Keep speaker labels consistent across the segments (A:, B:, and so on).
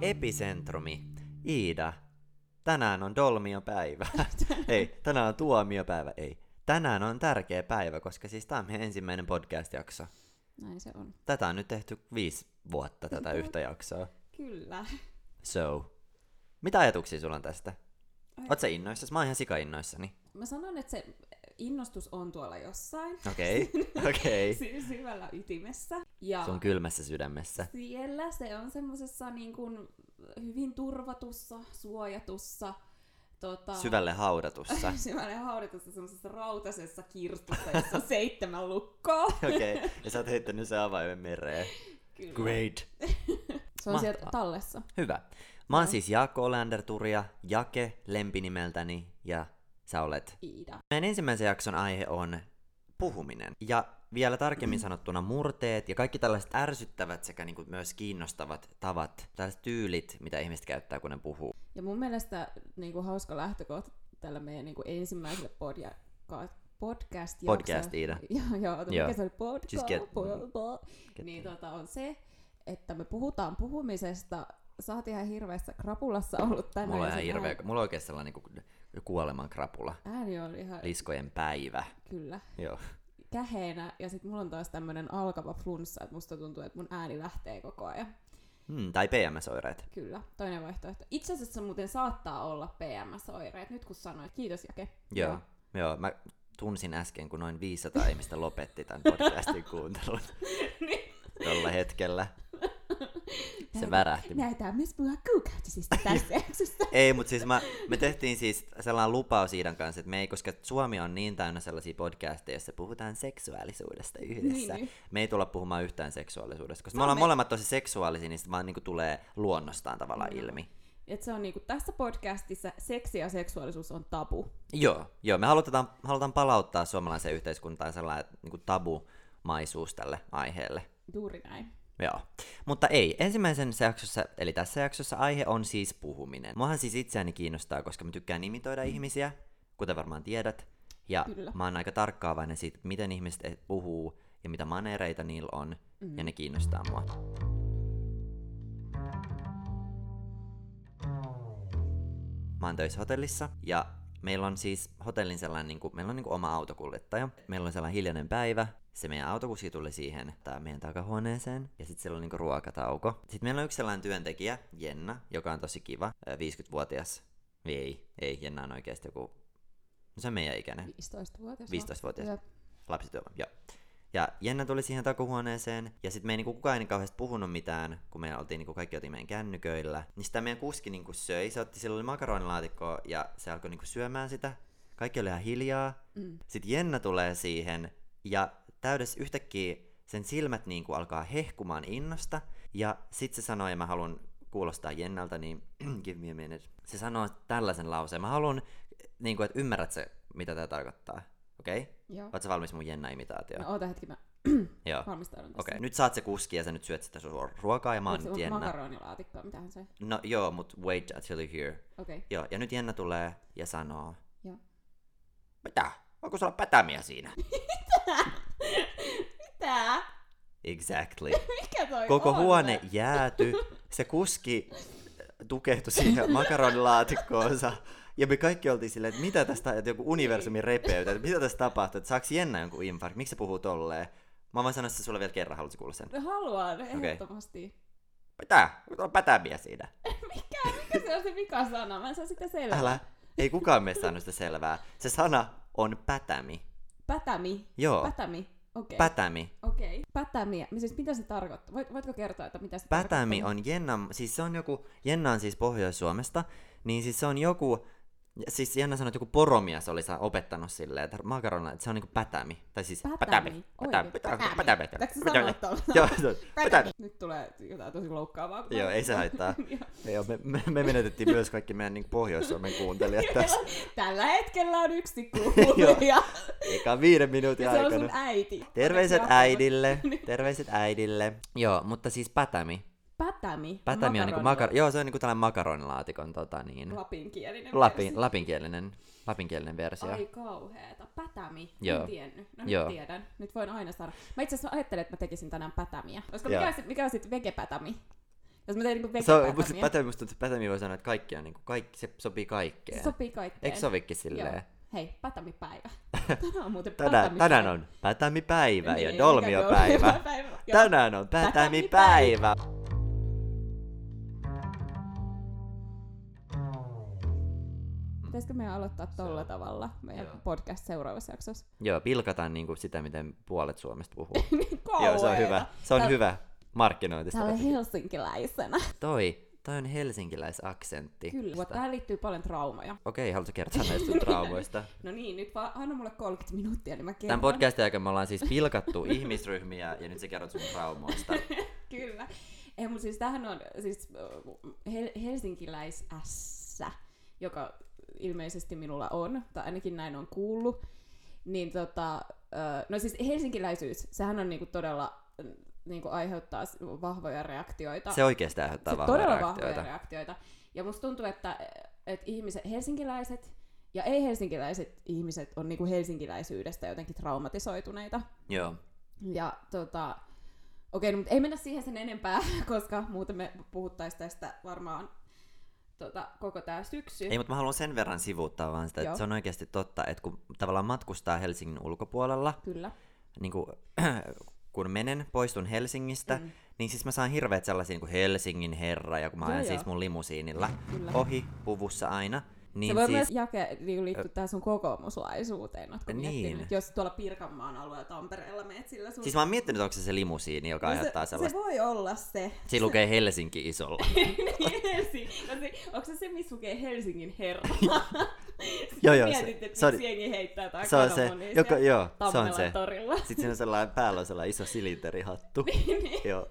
A: Episentrumi. Iida, tänään on dolmiopäivä. ei, tänään on tuomiopäivä, ei. Tänään on tärkeä päivä, koska siis tämä on meidän ensimmäinen podcast-jakso.
B: Näin se on.
A: Tätä on nyt tehty viisi vuotta, tätä yhtä jaksoa.
B: Kyllä.
A: So, mitä ajatuksia sulla on tästä?
B: Ai-
A: Oot sä innoissasi? Mä oon ihan sika innoissani.
B: Mä sanon, että se innostus on tuolla jossain.
A: Okei, okei.
B: sy- syvällä ytimessä. Ja
A: Sun kylmässä sydämessä.
B: siellä se on semmosessa niin kuin hyvin turvatussa, suojatussa, tota,
A: Syvälle haudatussa.
B: syvällä haudatussa semmosessa rautasessa kirstussa, jossa on seitsemän lukkoa.
A: Okei, ja sä oot heittänyt sen avaimen mereen.
B: Kyllä.
A: Great.
B: Se on sieltä
A: Mahtavaa.
B: tallessa.
A: Hyvä. Mä oon siis Jaakko Olander Turia, Jake lempinimeltäni ja sä olet.
B: Iida.
A: Meidän ensimmäisen jakson aihe on puhuminen. Ja vielä tarkemmin sanottuna murteet ja kaikki tällaiset ärsyttävät sekä niinku myös kiinnostavat tavat, tällaiset tyylit, mitä ihmiset käyttää, kun ne puhuu.
B: Ja mun mielestä niin kuin hauska lähtökohta tällä meidän niin kuin ensimmäiselle podja, ka- podcast
A: Podcast, Iida.
B: Joo, joo, ota,
A: Joo. Siis
B: mikä se oli podcast?
A: Just get-
B: po- po-
A: get-
B: niin tota, on se, että me puhutaan puhumisesta. Sä oot ihan hirveässä krapulassa ollut tänään.
A: Mulla on
B: ja
A: ihan
B: sun
A: hirveä, mulla on oikein sellainen niinku kuoleman krapula.
B: ääni- Ääni on ihan,
A: Liskojen päivä.
B: kyllä,
A: Joo.
B: käheenä. Ja sit mulla on taas tämmönen alkava flunssa, että musta tuntuu, että mun ääni lähtee koko ajan.
A: Hmm, tai PMS-oireet.
B: Kyllä, toinen vaihtoehto. Itse asiassa muuten saattaa olla PMS-oireet, nyt kun sanoit. Kiitos, Jake.
A: Joo. Joo, mä tunsin äsken, kun noin 500 ihmistä lopetti tämän podcastin kuuntelun.
B: Niin,
A: Tällä hetkellä. Se värähti.
B: Näytään myös puhua kuukautisista tässä jaksossa.
A: Ei, mutta siis mä, me tehtiin siis sellainen lupaus Iidan kanssa, että me ei, koska Suomi on niin täynnä sellaisia podcasteja, joissa puhutaan seksuaalisuudesta yhdessä.
B: Niin, niin.
A: Me ei tulla puhumaan yhtään seksuaalisuudesta, koska me
B: on
A: ollaan
B: me-
A: molemmat tosi seksuaalisia, niin se vaan niinku tulee luonnostaan tavallaan
B: Nimenomaan.
A: ilmi.
B: Et se on niinku tässä podcastissa seksi ja seksuaalisuus on tabu.
A: Joo, joo me halutaan, halutaan palauttaa suomalaiseen yhteiskuntaan sellainen niinku tabumaisuus tälle aiheelle.
B: Juuri näin.
A: Joo. Mutta ei, ensimmäisessä jaksossa, eli tässä jaksossa aihe on siis puhuminen. Muahan siis itseäni kiinnostaa, koska mä tykkään imitoida ihmisiä, kuten varmaan tiedät. Ja
B: Kyllä.
A: mä oon aika tarkkaavainen siitä, miten ihmiset e- puhuu ja mitä manereita niillä on, mm. ja ne kiinnostaa mua. Mä oon töissä hotellissa, ja meillä on siis hotellin sellainen, niin kuin, meillä on niin kuin oma autokuljettaja. Meillä on sellainen hiljainen päivä, se meidän autokuski tuli siihen tää meidän takahuoneeseen, ja sitten siellä on niinku ruokatauko. Sitten meillä on yksi sellainen työntekijä, Jenna, joka on tosi kiva, ö, 50-vuotias. Ei, ei, Jenna on oikeasti joku... No se on meidän ikäinen.
B: 15-vuotias.
A: 15-vuotias. lapsityövoima, joo. Ja Jenna tuli siihen takuhuoneeseen, ja sitten me ei niinku kukaan ei kauheasti puhunut mitään, kun me oltiin niinku kaikki oltiin meidän kännyköillä. Niin sitä meidän kuski niinku söi, se otti, sillä oli makaronilaatikkoa, ja se alkoi niinku syömään sitä. Kaikki oli ihan hiljaa.
B: Mm.
A: Sitten Jenna tulee siihen, ja täydessä yhtäkkiä sen silmät niinku alkaa hehkumaan innosta, ja sit se sanoi, ja mä haluan kuulostaa Jennalta, niin give me a minute. Se sanoo tällaisen lauseen, mä haluan, niinku, että ymmärrät se, mitä tämä tarkoittaa. Okei? Okay?
B: Joo.
A: Oletko valmis mun Jenna-imitaatio?
B: No oota hetki, mä
A: Joo. Okei,
B: valmistaudun tässä.
A: Oh, okay. nyt saat se kuski ja sä nyt syöt sitä sun ruo- ruokaa ja mä oon
B: Onko
A: nyt
B: se
A: Jenna.
B: makaronilaatikkoa, mitähän se?
A: No joo, mut wait until you hear.
B: Okei, okay.
A: Joo, ja nyt Jenna tulee ja sanoo.
B: joo.
A: Mitä? Onko sulla pätämiä siinä?
B: Tää?
A: Exactly.
B: Mikä toi
A: Koko
B: on?
A: huone jääty. Se kuski äh, tukehtui siihen makaronilaatikkoonsa. Ja me kaikki oltiin silleen, että mitä tästä, että joku universumi repeytä, että mitä tässä tapahtuu, että saaks Jenna jonkun infarkt, miksi se puhuu tolleen? Mä voin sanoa se sulle vielä kerran, haluatko kuulla sen?
B: No Haluan, ehdottomasti.
A: Mitä? Onko tuolla pätämiä siinä?
B: Mikä, mikä se on se vika sana? Mä en saa sitä selvää.
A: Älä. Ei kukaan meistä saanut sitä selvää. Se sana on pätämi.
B: Pätämi.
A: Joo.
B: Pätämi. Okei. Okay.
A: Pätämi.
B: Okei. Okay. Pätämiä. Siis mitä se tarkoittaa? Voit, voitko kertoa, että mitä se
A: Pätämi
B: tarkoittaa?
A: on Jenna, siis se on joku, Jenna on siis Pohjois-Suomesta, niin siis se on joku, siis Jenna sanoi, että joku poromies oli sa- opettanut silleen, että makarona, että se on niinku pätämi. Tai siis
B: Pätämi.
A: Pätämi.
B: Oikein,
A: Pätämi.
B: pätämi.
A: Pätämi.
B: Pitääkö se
A: Pätämi.
B: sanoa tuolla?
A: Joo, se on niinku pätämi.
B: Nyt tulee jotain tosi loukkaavaa.
A: Joo, ei se haittaa.
B: Joo.
A: Joo, me, me, me menetettiin myös kaikki meidän niin Pohjois-Suomen kuuntelijat tässä.
B: Tällä hetkellä on yksi
A: Joo.
B: kuulija.
A: Eka viiden minuutin
B: ja se on sun
A: aikana.
B: äiti.
A: Terveiset
B: Anteeksi,
A: äidille. Terveiset äidille. Joo, mutta siis pätämi.
B: Pätämi.
A: Pätämi on niinku
B: Makaroni.
A: makar- joo, se on niinku tällainen makaronilaatikon tota niin,
B: Lapinkielinen.
A: lapin,
B: versio.
A: lapinkielinen, lapinkielinen versio.
B: Ai kauheeta. Pätämi.
A: Joo.
B: En tiennyt. No
A: Joo.
B: nyt tiedän. Nyt voin aina saada. Mä itse asiassa ajattelin, että mä tekisin tänään pätämiä. Olisiko
A: Joo.
B: mikä, olisi, mikä olisi vegepätämi? Jos mä tein niinku
A: Se on, musta
B: vegapätämiä.
A: pätevi, musta tuntuu, että pätevi voi sanoa, että kaikki on niinku, kaikki, se sopii kaikkeen.
B: Se sopii kaikkeen.
A: Eikö sovikin silleen?
B: Joo. Hei, pätämipäivä. Tänään on muuten
A: Tänään,
B: pätämipäivä.
A: tänään on pätämipäivä ja
B: Niin,
A: dolmiopäivä.
B: dolmiopäivä, joo.
A: Tänään on pätämipäivä.
B: Pätämipäivä. Pitäisikö meidän aloittaa tolla tavalla meidän
A: Joo.
B: podcast seuraavassa jaksossa?
A: Joo, pilkataan niinku sitä, miten puolet Suomesta puhuu.
B: niin
A: Joo, se on hyvä. Se on
B: Tää-
A: hyvä markkinointista.
B: Täällä on
A: jotenkin.
B: helsinkiläisenä.
A: Toi, toi on helsinkiläisaksentti.
B: Kyllä. Mutta Tähän liittyy paljon traumaja.
A: Okei, haluatko kertoa näistä sun traumoista?
B: No niin, nyt vaan anna mulle 30 minuuttia, niin mä kerron.
A: Tämän podcastin aikana me ollaan siis pilkattu ihmisryhmiä ja nyt sä kerrot sun traumoista.
B: Kyllä. Ei, mutta siis tämähän on siis äh, hel- helsinkiläisässä, joka ilmeisesti minulla on, tai ainakin näin on kuullut. Niin tota, äh, no siis helsinkiläisyys, sehän on niinku todella äh, niinku aiheuttaa s- vahvoja reaktioita.
A: Se oikeesti aiheuttaa
B: Se
A: vahvoja
B: todella
A: reaktioita.
B: vahvoja reaktioita. Ja musta tuntuu, että, että ihmiset, helsinkiläiset ja ei-helsinkiläiset ihmiset on niinku helsinkiläisyydestä jotenkin traumatisoituneita.
A: Joo.
B: Ja tota, okei, no, mutta ei mennä siihen sen enempää, koska muuten me puhuttaisiin tästä varmaan tota, koko tämä syksy.
A: Ei, mutta mä haluan sen verran sivuuttaa vaan sitä, että
B: Joo.
A: se on oikeasti totta, että kun tavallaan matkustaa Helsingin ulkopuolella,
B: Kyllä.
A: niin kuin, kun menen, poistun Helsingistä, mm.
B: Mm.
A: niin siis mä saan hirveät sellaisia niin kuin Helsingin herra, ja kun mä
B: Joo,
A: ajan
B: joo.
A: siis mun limusiinilla
B: Kyllä.
A: ohi puvussa aina, Oh, niin
B: se voi
A: siis...
B: myös jake, niinku liittyä tähän sun kokoomuslaisuuteen, ootko
A: Niin.
B: niin. että jos tuolla Pirkanmaan alueella Tampereella meet sillä sun...
A: Siis mä oon miettinyt, onko se se limusiini, joka
B: No
A: aiheuttaa
B: se, se
A: sellaista...
B: voi olla se.
A: Se lukee Helsinki isolla.
B: Niin, Helsingin. No se- Onko se se, missä lukee Helsingin herra? Siis
A: Joo, joo, se-
B: Mietit, että
A: se on-
B: miksi jengi heittää tää
A: se on se, joka, joo, se on se.
B: torilla.
A: Sitten siinä on sellainen, päällä on sellainen iso silinterihattu.
B: Niin.
A: joo.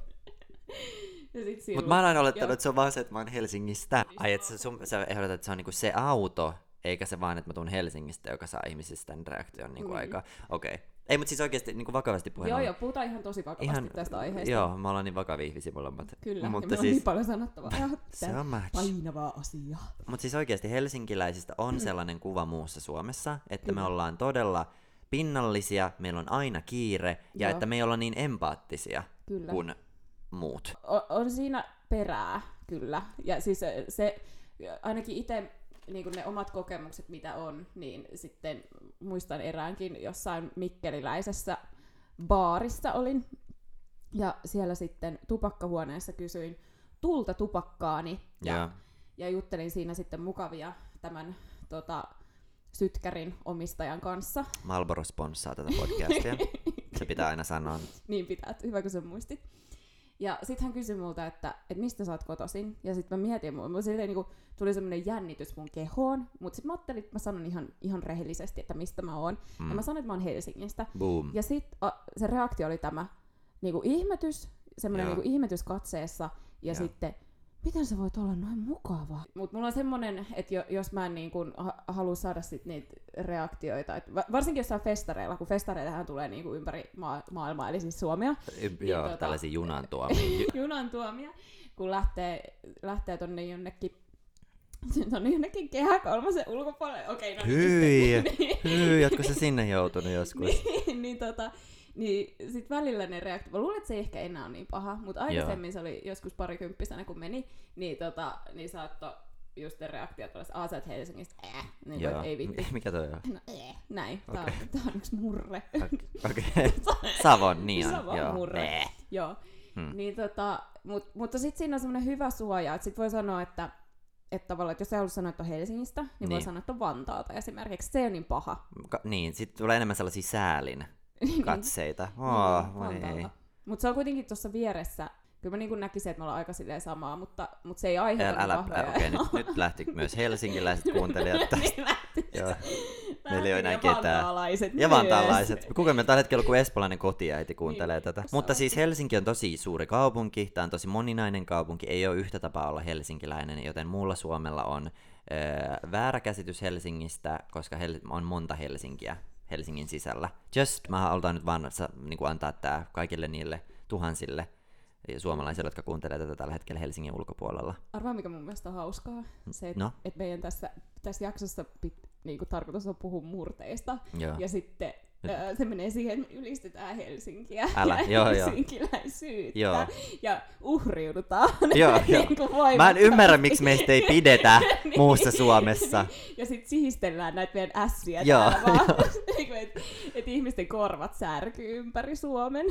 B: Ja sit siinä
A: Mut mä oon aina
B: Niin Joo. Niin
A: olettanut, että se on vaan se, että mä oon Helsingistä. Ai, että sä, sun, sä ehdotat, että se on niinku se auto, eikä se vaan, että mä tuun Helsingistä, joka saa ihmisistä tämän reaktion niinku
B: Mm.
A: aikaa. Okei. Ei, mutta siis oikeasti niinku vakavasti puheen
B: Joo,
A: ollen.
B: joo, puhutaan ihan tosi vakavasti
A: Ihan,
B: ihan, tästä aiheesta.
A: Joo, me ollaan niin vakavia ihmisiä molemmat.
B: Kyllä, mutta ja
A: mutta
B: meillä siis... on
A: siis,
B: niin paljon sanottavaa. Ja
A: se on match.
B: painavaa asiaa.
A: Mutta siis oikeasti helsinkiläisistä on sellainen kuva muussa Suomessa, että me
B: Mm. Kyllä.
A: ollaan todella pinnallisia, meillä on aina kiire ja
B: Joo.
A: että me ei olla niin empaattisia
B: Kyllä.
A: kuin muut.
B: O- on siinä perää, kyllä. Ja siis se, se ainakin itse niin ne omat kokemukset, mitä on, niin sitten muistan eräänkin jossain mikkeliläisessä baarissa olin. Ja siellä sitten tupakkahuoneessa kysyin tulta tupakkaani.
A: Ja, ja.
B: ja juttelin siinä sitten mukavia tämän tota, sytkärin omistajan kanssa.
A: Malboro sponssaa tätä podcastia. Se pitää aina sanoa.
B: Niin pitää, että hyvä kun sen muistit. Ja sitten hän kysyi multa, että, että mistä sä oot kotoisin. Ja sitten mä mietin, mulla mulla silleen niinku, tuli semmoinen jännitys mun kehoon. Mutta sitten mä ajattelin, että mä sanon ihan, ihan rehellisesti, että mistä mä oon. Mm. Ja mä sanoin, että mä oon Helsingistä.
A: Boom.
B: Ja sitten se reaktio oli tämä niinku ihmetys, semmoinen
A: Joo.
B: niinku ihmetys katseessa ja
A: Joo.
B: Joo. sitten miten sä voit olla noin mukava? Mutta mulla on semmoinen, että jo, jos mä en niin kun ha- halua saada sit niitä reaktioita, et va- varsinkin jossain festareilla, kun festareillahan tulee niinku ympäri maa- maailmaa, eli siis Suomea,
A: Y- Joo,
B: tota-
A: tällaisia junan tuomia.
B: junan tuomia, kun lähtee, lähtee tonne jonnekin tonne jonnekin kehä kolmosen ulkopuolelle. Okei, no
A: Hyi,
B: niin.
A: hyi, ootko sä sinne joutunut joskus?
B: niin, niin, tota, niin sit välillä ne reaktiot, mä luulen, että se ei ehkä enää ole niin paha, mutta aikaisemmin se oli joskus parikymppisenä, kun meni, niin, tota, niin saattoi just ne reaktiot olla, että "Aa, sä oot Helsingistä, äh, niin kuin,
A: Joo.
B: että ei vitti.
A: Mikä toi on?
B: No, äh, näin, tää on, tää on yksi murre.
A: Okei. Savon, niin on.
B: Savon
A: Joo.
B: murre.
A: Bäh.
B: Joo.
A: Hmm.
B: Hmm. Niin tota, mut, mutta sitten siinä on semmoinen hyvä suoja, että sit voi sanoa, että että tavallaan, että jos ei halua sanoa, että on Helsingistä, niin, niin, voi
A: Niin.
B: sanoa, että on Vantaalta esimerkiksi. Se ei ole niin paha.
A: Ka- niin, sit tulee enemmän sellaisia säälin
B: Niin.
A: katseita. Oh, voi ei.
B: Mutta se on kuitenkin tuossa vieressä. Kyllä mä niin näkisin, että me ollaan aika silleen samaa, mutta, mutta se ei aiheuta
A: Älä, älä,
B: niin
A: älä
B: vahvoja-
A: okei, nyt, nyt lähti myös helsinkiläiset kuuntelijat tästä.
B: Niin lähti-
A: Joo. Meillä
B: lähti
A: ei ole enää
B: ja
A: ketään.
B: vantaalaiset
A: Ja
B: myös.
A: vantaalaiset. Kuka meillä tällä hetkellä kuin espoolainen kotiäiti kuuntelee
B: Niin.
A: tätä. Mutta siis Helsinki on tosi suuri kaupunki, tämä on tosi moninainen kaupunki, ei ole yhtä tapaa olla helsinkiläinen, joten muulla Suomella on öö, väärä käsitys Helsingistä, koska Hel- on monta Helsinkiä Helsingin sisällä. Just mä haluan nyt vaan sa- niinku antaa tämä kaikille niille tuhansille suomalaisille, jotka kuuntelee tätä tällä hetkellä Helsingin ulkopuolella.
B: Arvaa, mikä mun mielestä on hauskaa. Se, että
A: No.
B: no. et meidän tässä, tässä jaksossa pit, niinku tarkoitus on puhua murteista.
A: Joo.
B: Ja sitten öö, se menee siihen, että me ylistetään Helsinkiä
A: Älä,
B: ja
A: joo, joo.
B: helsinkiläisyyttä
A: Joo.
B: ja uhriudutaan
A: Joo, joo.
B: niin kuin voimakkaasti.
A: Mä en ymmärrä, miksi meistä ei pidetä
B: Niin.
A: muussa Suomessa.
B: Ja sit sihistellään näitä meidän ässiä
A: Joo,
B: täällä vaan. Niinku, et, et ihmisten korvat särkyy ympäri Suomen.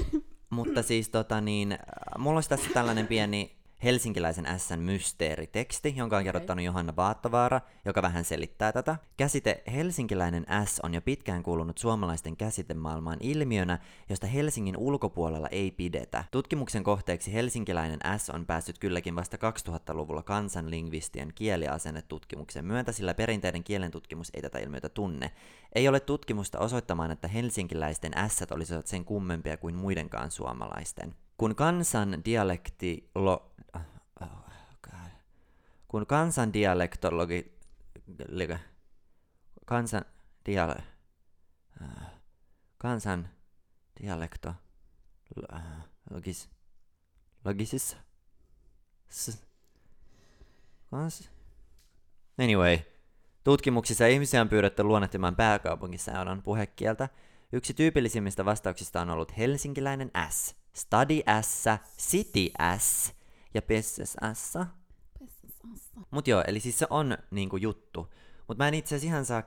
A: Mutta siis tota niin, äh, mulla olisi tässä tällainen pieni helsinkiläisen S:n mysteeriteksti, jonka on kirjoittanut Johanna Vaattavaara, joka vähän selittää tätä. Käsite helsinkiläinen S on jo pitkään kuulunut suomalaisten käsitemaailmaan ilmiönä, josta Helsingin ulkopuolella ei pidetä. Tutkimuksen kohteeksi helsinkiläinen S on päässyt kylläkin vasta 2000-luvulla kansanlingvistien kieliasennetutkimuksen myöntä, sillä perinteinen kielen tutkimus ei tätä ilmiötä tunne. Ei ole tutkimusta osoittamaan, että helsinkiläisten S olisivat sen kummempia kuin muidenkaan suomalaisten. Kun kansan dialekti... Lo, oh, God. Kun kansan dialektologi... Likä, kansan... Diale, äh, kansan dialekto... lo- äh, Logis... Logisissa... S, kans, anyway... Tutkimuksissa ihmisiä on pyydetty luonnehtimaan pääkaupunkiseudun puhekieltä. Yksi tyypillisimmistä vastauksista on ollut helsinkiläinen S, study S, city S ja pisses S. Mut joo, eli siis se on niinku juttu. Mut mä en itse asiassa ihan saa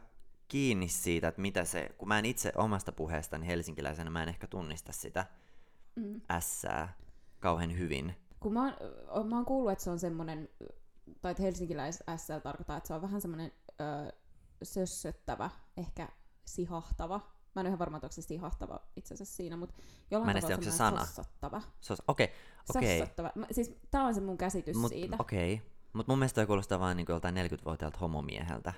A: kiinni siitä, että mitä se, kun mä en itse omasta puheestani helsinkiläisenä, mä en ehkä tunnista sitä
B: Mm.
A: S kauhean hyvin.
B: Kun mä oon, ö, mä oon kuullut, että se on semmonen, tai että helsinkiläis SL tarkoittaa, että se on vähän semmonen ö, sössöttävä, ehkä sihahtava. Mä en ole ihan varma, että onko se sihahtava itse asiassa siinä, mutta jollain
A: Mä en
B: tavalla
A: tiedä, onko se
B: semmonen
A: sana.
B: sossottava.
A: Se on- Okei, okei.
B: Sossottava. Mä, siis tää on se mun käsitys
A: Mut,
B: siitä.
A: Okei. Mut mun mielestä toi kuulostaa vaan niinku joltain 40-vuotiaalta homomieheltä,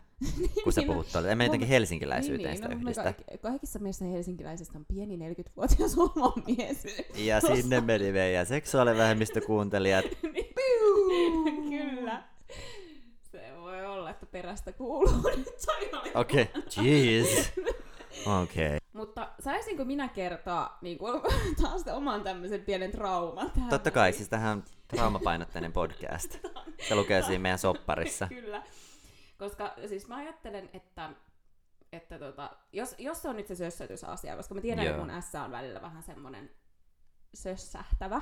A: kun sä
B: Niin,
A: puhut tolle. En mä jotenkin
B: Hom-
A: helsinkiläisyyteen sitä
B: no, me
A: yhdistä.
B: kaik- kaikissa meissä helsinkiläisistä on pieni 40-vuotias oma mies.
A: Ja sinne meni meidän seksuaalivähemmistökuuntelijat.
B: Niin, Kyllä. Se voi olla, että perästä kuuluu nyt soimalle.
A: Okei, okay. jeez. Okei. Okay.
B: Mutta saisinko minä kertoa niin kuin, taas te oman tämmöisen pienen trauman tähän?
A: Totta kai, siis tähän on traumapainotteinen podcast. Se lukee siinä meidän sopparissa.
B: Kyllä. Koska siis mä ajattelen, että, että tota, jos, jos se on nyt se sössötysasia, koska mä tiedän,
A: Joo.
B: että mun S on välillä vähän semmonen sössähtävä,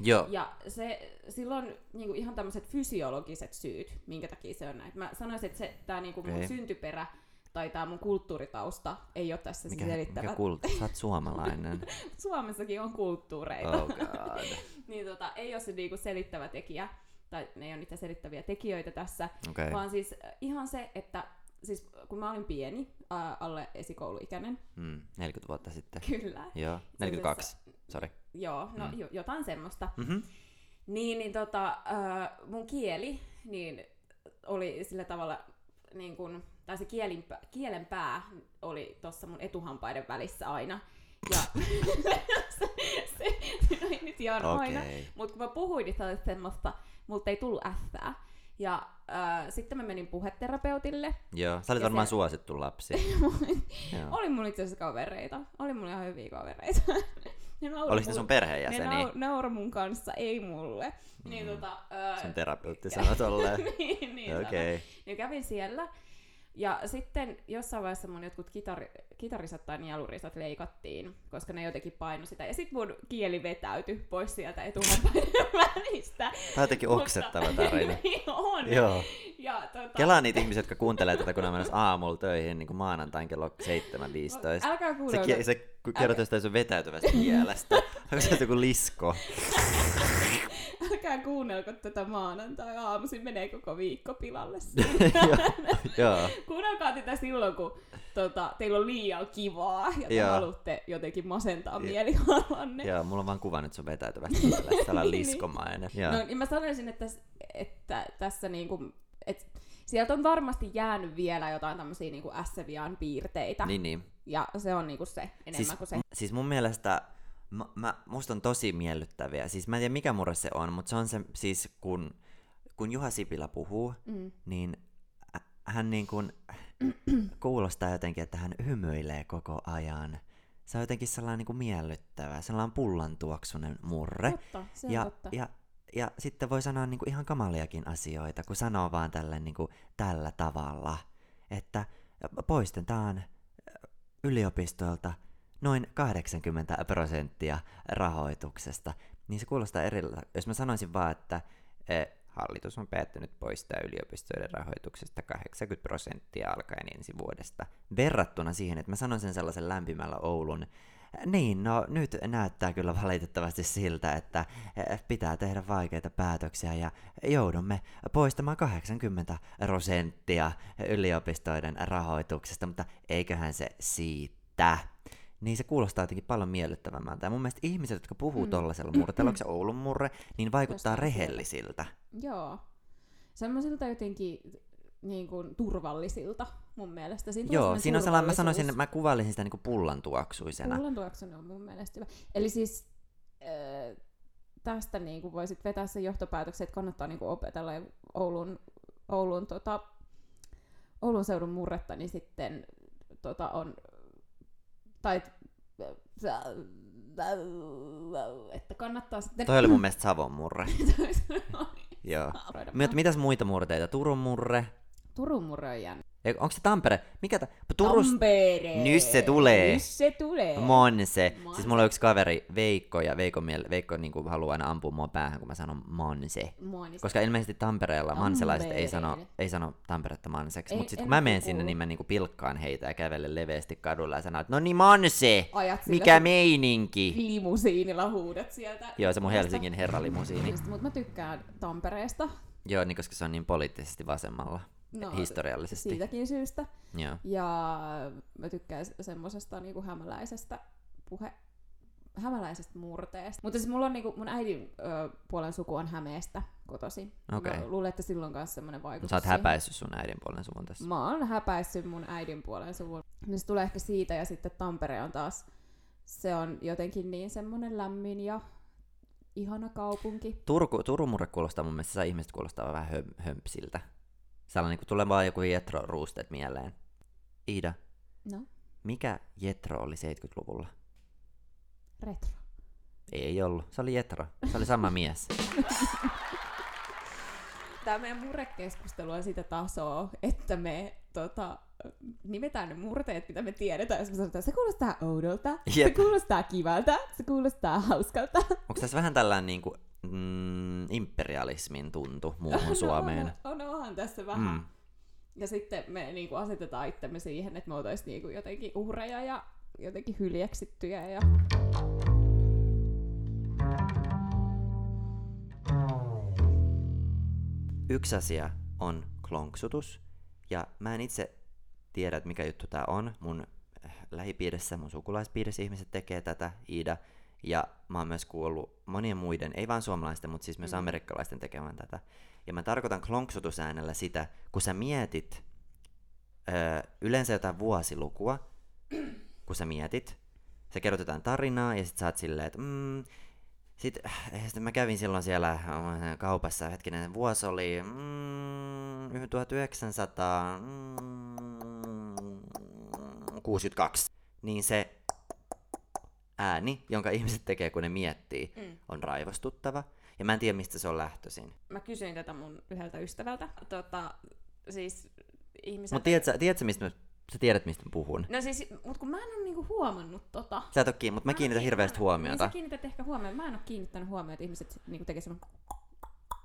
A: Joo,
B: Ja se, silloin niinku, ihan tämmöiset fysiologiset syyt, minkä takia se on näin. Mä sanoisin, että se, tää niinku, mun
A: Okei.
B: syntyperä tai tämä mun kulttuuritausta ei ole tässä
A: mikä,
B: mikä, selittävä.
A: mikä
B: Mikä kul-
A: kulta? Sä oot suomalainen.
B: Suomessakin on kulttuureita.
A: Oh god.
B: niin tota, ei ole se niinku, selittävä tekijä, tai ne ei ole niitä selittäviä tekijöitä tässä,
A: Okei. Okay.
B: vaan siis äh, ihan se, että siis kun mä olin pieni, äh, alle esikouluikäinen,
A: Mm, 40 vuotta sitten.
B: kyllä,
A: Joo, 42. Sori.
B: joo, no
A: Mm.
B: jo, jotain semmoista,
A: Mhm.
B: Niin, niin tota, äh, mun kieli niin oli sillä tavalla, niin kun, tai se kielin, kielen pää oli tuossa mun etuhampaiden välissä aina. Ja se, se, se oli nyt jarmoina.
A: Mm-hmm.
B: Okay.
A: Okei.
B: Mutta kun mä puhuin, niin se oli semmoista, multa ei tullut ässää. Ja äh, sitten mä menin puheterapeutille.
A: Joo, sä olit
B: Ja
A: varmaan
B: se-
A: suosittu lapsi. Joo.
B: oli mun itse asiassa kavereita. Oli mun ihan hyviä kavereita. ne nauroi
A: Olis ne sun
B: mulle- ne
A: perheenjäseni?
B: nau- nauroi mun kanssa, ei mulle. Niin
A: Mm.
B: tota... Äh,
A: Sun terapeutti sanoi tolleen.
B: niin, niin, okay.
A: Okei. Okay.
B: niin kävin siellä. Ja sitten jossain vaiheessa mun jotkut kitari, kitarisat tai nielurisat leikattiin, koska ne jotenkin paino sitä. Ja sitten mun kieli vetäytyi pois sieltä etuhampaiden välistä.
A: Tää on jotenkin oksettava
B: Mutta-
A: tarina.
B: niin on.
A: Joo.
B: Ja, tota,
A: Kelaa niitä ihmisiä, jotka kuuntelee tätä, kun on menossa aamulla töihin, niin kuin maanantain kello 7.15.
B: Älkää
A: Se,
B: kuunnelko.
A: ki- se ku- kertoo sitä sun vetäytyvästä kielestä. Onko se joku lisko?
B: Älkää kuunnelko tätä maanantai aamuisin, menee koko viikko pilalle.
A: Joo.
B: Kuunnelkaa tätä silloin, kun tota, teillä on liian kivaa ja te
A: Joo.
B: haluatte jotenkin masentaa
A: Joo.
B: mielialanne.
A: Joo, mulla on vaan kuva nyt sun vetäytyvästä kielestä. Tällä
B: Niin, niin.
A: liskomainen. Joo.
B: No, niin mä sanoisin, että, s- että tässä niinku, et, sieltä on varmasti jäänyt vielä jotain tämmöisiä niinku S-vian piirteitä. Niin.
A: Niin, niin.
B: Ja se on niinku se enemmän
A: Siis,
B: kuin se.
A: siis mun mielestä, mä, mä, musta on tosi miellyttäviä. Siis mä en tiedä mikä murre se on, mutta se on se, siis kun, kun Juha Sipilä puhuu,
B: Mm.
A: niin ä- hän niin kuin kuulostaa jotenkin, että hän hymyilee koko ajan. Se on jotenkin sellainen niin kuin miellyttävä, sellainen pullantuoksunen murre.
B: Totta, se on
A: ja,
B: totta.
A: ja, ja sitten voi sanoa niin kuin ihan kamaliakin asioita, kun sanoo vaan tällä, niin kuin, tällä tavalla, että poistetaan äh, yliopistolta noin 80 prosenttia rahoituksesta. Niin se kuulostaa eriltä. Jos mä sanoisin vaan, että eh, hallitus on päättänyt poistaa yliopistoiden rahoituksesta 80 prosenttia alkaen ensi vuodesta. Verrattuna siihen, että mä sanoisin sellaisen lämpimällä Oulun, niin, no nyt näyttää kyllä valitettavasti siltä, että eh, pitää tehdä vaikeita päätöksiä ja joudumme poistamaan 80 prosenttia yliopistoiden rahoituksesta, mutta eiköhän se siitä. Niin se kuulostaa jotenkin paljon miellyttävämmältä. Ja mun mielestä ihmiset, jotka puhuu
B: Mm.
A: mm. tollasella murteella, onko se Oulun murre, niin vaikuttaa
B: Jostain Niin siellä.
A: rehellisiltä.
B: Joo. Semmoisilta jotenkin niin kuin, turvallisilta mun mielestä. Siinä tulee
A: Joo, siinä on sellainen, mä
B: turvallisuus.
A: sanoisin, mä kuvailisin sitä niinku pullan tuoksuisena.
B: Pullan tuoksuni on mun mielestä hyvä. Eli siis äh, tästä niin kuin voisit vetää sen johtopäätöksen, että kannattaa niin kuin opetella ja Oulun, Oulun, tota, Oulun seudun murretta, niin sitten tota, on... Tai, että kannattaa sitten...
A: Toi oli mun mielestä Savon murre. Joo.
B: Aaroida
A: Mut mitäs muita murteita? Turun murre?
B: Turun murre on jännä.
A: Onko se Tampere? Mikä tää? Turus...
B: Tampere!
A: Nyt se tulee.
B: Nyt se tulee!
A: Monse.
B: Monse.
A: Siis mulla on yksi kaveri, Veikko, ja Veikko, miel... Veikko niinku haluaa aina ampua mua päähän, kun mä sanon Monse.
B: Monista.
A: Koska ilmeisesti Tampereella manselaiset ei sano,
B: Tampereelle.
A: ei sano Tamperetta manseksi,
B: Ei-
A: mutta sitten
B: en
A: kun mä
B: ole
A: menen
B: kuullut.
A: sinne, niin mä niinku pilkkaan heitä ja kävelen leveästi kadulla ja sanon, että no niin manse!
B: Ajat sillä
A: Mikä meininki!
B: limusiinilla huudat sieltä.
A: Joo, se mun Helsingin herralimusiini.
B: Mutta mä tykkään Tampereesta.
A: Joo, niin koska se on niin poliittisesti vasemmalla,
B: No,
A: no, historiallisesti.
B: Siitäkin syystä.
A: Joo.
B: Ja mä tykkään s- semmosesta niinku hämäläisestä puhe hämäläisestä murteesta. Mutta siis mulla on niinku, mun äidin ö, puolen suku on Hämeestä kotosi.
A: Okei.
B: Mä luulen, että silloin kanssa semmoinen vaikutus.
A: Sä oot
B: siihen. Mm.
A: häpäissyt sun äidin puolen suvun tässä.
B: Mä oon häpäissyt mun äidin puolen suvun. Niin se tulee ehkä siitä ja sitten Tampere on taas, se on jotenkin niin semmonen lämmin ja ihana kaupunki.
A: Turku, Turun murre kuulostaa mun mielestä, sä ihmiset kuulostaa vähän höm, hömpsiltä. Sellainen, kun tulee vaan joku Jetro Roosted mieleen. Iida,
B: No,
A: mikä Jetro oli 70-luvulla?
B: retro.
A: Ei ollut, se oli Jetro. Se oli sama mies.
B: Tämä meidän murrekeskustelu on sitä tasoa, että me tota, nimetään ne murteet, mitä me tiedetään. Ja sitten me sanotaan, se kuulostaa oudolta, se
A: Jep.
B: kuulostaa kivalta, se kuulostaa hauskalta.
A: Onko tässä vähän tällainen niin kuin, mm, imperialismin tuntu muuhun Suomeen?
B: No, on, on, onhan tässä vähän.
A: Mm.
B: Mm. Ja sitten me niinku asetetaan itsemme siihen, että me oltaisiin niinku jotenkin uhreja ja jotenkin hyljeksittyjä. Ja...
A: Yksi asia on klonksutus, ja mä en itse tiedä, että mikä juttu tää on. Mun äh, lähipiirissä, mun sukulaispiirissä ihmiset tekee tätä, Iida, ja mä oon myös kuullut monien muiden, ei vain suomalaisten, mutta siis myös
B: Mhm.
A: amerikkalaisten tekevän tätä. Ja mä tarkoitan klonksutusäänellä sitä, kun sä mietit öö, yleensä jotain vuosilukua, kun sä mietit, sä kerrot jotain tarinaa ja sit sä oot silleen, että mm, sit, äh, sit mä kävin silloin siellä äh, kaupassa, hetkinen, vuosi oli mm, 1900, mm, 62, niin se ääni, jonka ihmiset tekee, kun ne miettii,
B: Mm.
A: on raivostuttava. Ja mä en tiedä, mistä se on lähtöisin.
B: Mä kysyin tätä mun yhdeltä ystävältä. Tota, siis ihmiset...
A: Mutta tiedätkö, tiedätkö, mistä mä, sä tiedät, mistä mä puhun?
B: No siis, mut kun mä en ole niinku huomannut tota.
A: Sä et oo kiinni, mutta mä
B: en
A: kiinnitän
B: oo-
A: hirveästi
B: Niin
A: huomiota.
B: sä kiinnität ehkä huomiota. Mä en ole kiinnittänyt huomiota, että ihmiset niinku tekee semmoinen...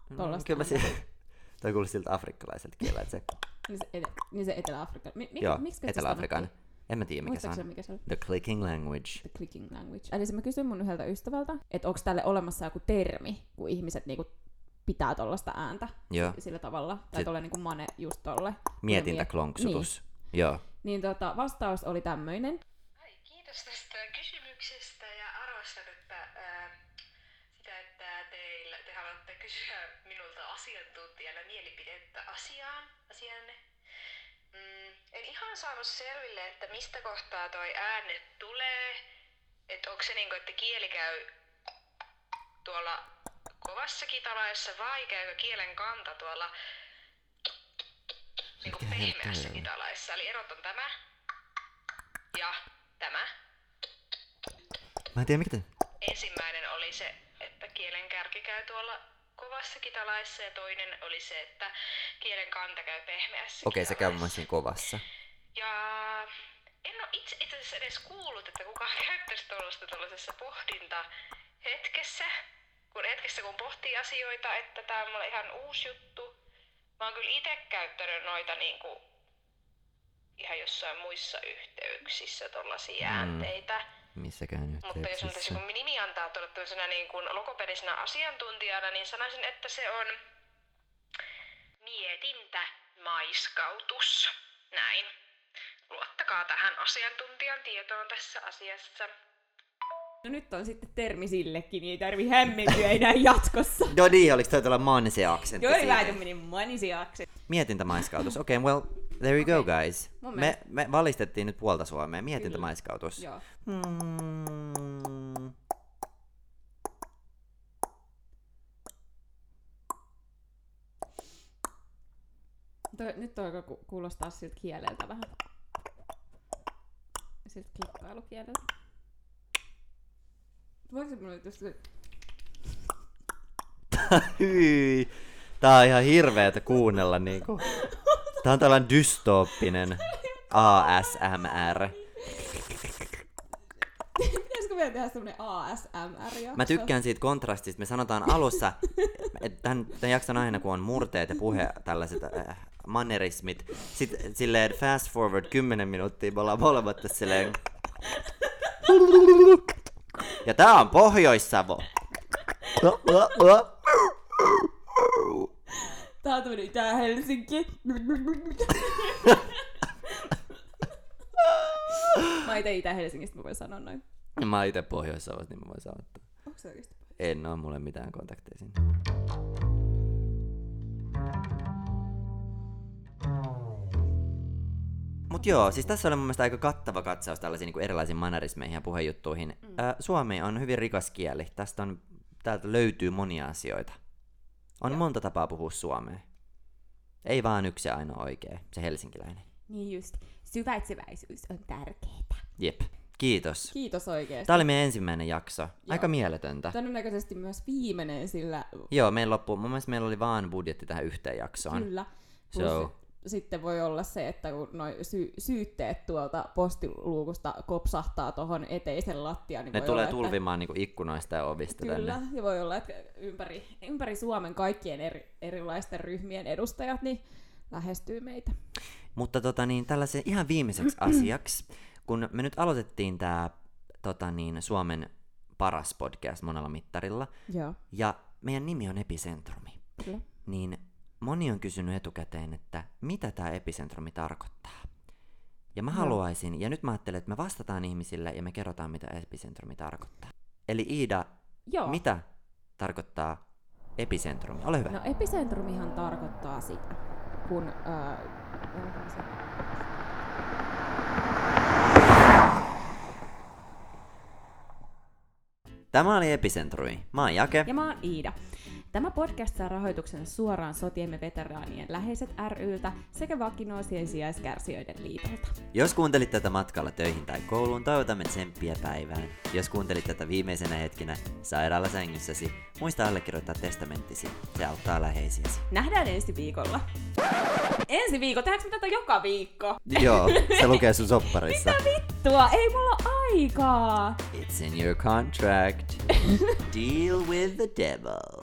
A: Mm,
B: tollasta
A: Kyllä mä
B: on
A: siis... Toi kuulosti siltä afrikkalaiselta kieltä, että se...
B: Niin se, etelä, niin se Etelä-Afrikan. Mi, mi,
A: Joo,
B: miksi
A: Etelä-Afrikan. En mä tiedä, mikä se on.
B: mikä se on?
A: The clicking language.
B: The clicking language. Eli se mä kysyin mun yhdeltä ystävältä, että onko tälle olemassa joku termi, kun ihmiset niinku pitää tollasta ääntä
A: Joo,
B: sillä tavalla, tai
A: Se-
B: tolle niinku mane just tolle.
A: mietintäklonksutus. Joo.
B: Niin tota, vastaus oli tämmöinen.
C: Ai, kiitos tästä kysymyksestä ja arvostan, että ää, sitä, että teillä, te haluatte kysyä minulta asiantuntijana mielipidettä asiaan, asianne. Mm, en ihan saanut selville, että mistä kohtaa toi ääne tulee. Että onko se niinku, että kieli käy tuolla kovassa kitalaessa vai käykö kielen kanta tuolla niinku
A: Mikä helppo
C: pehmeässä
A: on?
C: kitalaessa. Eli erot on tämä ja tämä.
A: Mä en tiedä, mikä te...
C: Ensimmäinen oli se, että kielen kärki käy tuolla kovassa kitalaissa ja toinen oli se, että kielen kanta käy pehmeässä
A: Okei, se käy mun
C: kitalaissa.
A: mielestä siinä kovassa.
C: Ja En ole itse itse asiassa edes kuullut, että kukaan käyttäisi tuollaista tuollaisessa pohdinta hetkessä, kun hetkessä kun pohtii asioita, että tämä on mulle ihan uusi juttu. Mä oon kyllä itse käyttänyt noita niinku ihan jossain muissa yhteyksissä tuollaisia
A: Mm.
C: äänteitä.
A: Missäkään
C: Mutta jos nyt
A: yhteyksissä.
C: joku nimi antaa tuolla tämmöisenä niin kuin logopedisena asiantuntijana, niin sanoisin, että se on mietintä maiskautus. Näin. Luottakaa tähän asiantuntijan tietoon tässä asiassa.
B: No nyt on sitten termi sillekin, niin ei tarvi hämmentyä enää jatkossa.
A: No niin, oliko toi tuolla maanisen aksentti?
B: Joo,
A: siinä?
B: hyvä tämmönen manisiaksi.
A: Mietintämaiskautus. Okei, okay, well, there you go guys.
B: Mun
A: Me,
B: mielestä-
A: me valistettiin nyt puolta Suomea. Mietintämaiskautus.
B: Joo.
A: Hmm.
B: Toi, nyt toi alkoi ku- kuulostaa siltä kieleltä vähän. Siltä klikkailukieleltä. Voiko se mulle just...
A: Hyi. Tää on ihan hirveetä kuunnella niinku. Tää on tällainen dystooppinen ASMR.
B: Pitäisikö meidän tehdä semmonen ASMR-jakso?
A: Mä tykkään siitä kontrastista. Me sanotaan alussa, että tämän, tämän jakson aina kun on murteet ja puhe, tällaiset äh, mannerismit. Sitten silleen fast forward 10 minuuttia, me ollaan molemmat tässä silleen. Ja tää on Pohjois-Savo.
B: Tää on tämmönen Itä-Helsinki. mä oon ite Itä-Helsingistä, mä voin sanoa noin.
A: Mä oon ite Pohjois-Savosta, niin mä voin sanoa. että
B: Onko se oikeesti?
A: En oo mulle mitään kontakteja sinne. Mut joo, siis tässä oli mun mielestä aika kattava katsaus tällaisiin niin erilaisiin mannerismeihin ja puhejuttuihin. Mm. Ö, Suomi on hyvin rikas kieli. Tästä on, täältä löytyy monia asioita. On
B: Joo.
A: monta tapaa puhua suomea. Ei vaan yksi ja ainoa oikea, se helsinkiläinen.
B: Niin just. Syväitseväisyys on tärkeetä.
A: Jep. Kiitos.
B: Kiitos oikeesti.
A: Tää oli meidän ensimmäinen jakso. Aika mieletöntä.
B: Todennäköisesti myös viimeinen, sillä
A: Joo, meillä loppuu. Mun mielestä meillä oli vaan budjetti tähän yhteen jaksoon.
B: Kyllä.
A: So.
B: Plus sitten voi olla se, että kun noi sy- syytteet tuolta postiluukusta kopsahtaa tuohon eteisen lattiaan, niin
A: Ne
B: voi
A: tulee
B: olla, että,
A: tulvimaan niinku ikkunoista ja ovista
B: Kyllä,
A: tänne.
B: ja voi olla, että ympäri, ympäri Suomen kaikkien eri, erilaisten ryhmien edustajat niin lähestyy meitä.
A: Mutta tota niin, tällaisen ihan viimeiseksi asiaksi, kun me nyt aloitettiin tämä tota niin, Suomen paras podcast monella mittarilla,
B: Joo,
A: ja meidän nimi on Epicentrumi,
B: kyllä.
A: niin moni on kysynyt etukäteen, että mitä tämä Epicentrumi tarkoittaa. Ja mä
B: Joo.
A: haluaisin, ja nyt mä ajattelen, että me vastataan ihmisille ja me kerrotaan, mitä Epicentrumi tarkoittaa. Eli Iida,
B: Joo.
A: Mitä tarkoittaa episentrumi? Ole hyvä.
B: No epicentrumihan tarkoittaa sitä, kun... Ää, onkohan se-
A: Tämä oli episentrumi. Mä oon Jake.
B: Ja mä oon Iida. Tämä podcast saa rahoituksen suoraan sotiemme veteraanien läheiset ryltä sekä vakinoisien sijaiskärsijöiden liitolta.
A: Jos kuuntelit tätä matkalla töihin tai kouluun, toivotamme tsemppiä päivään. Jos kuuntelit tätä viimeisenä hetkinä sairaalasängyssäsi, muista allekirjoittaa testamenttisi. Se auttaa läheisiäsi.
B: Nähdään ensi viikolla. Ensi viikko? Tehdäänkö me tätä joka viikko?
A: Joo, se lukee sun sopparissa.
B: Tuo, ei mulla ole aikaa!
A: It's in your contract. Deal with the devil.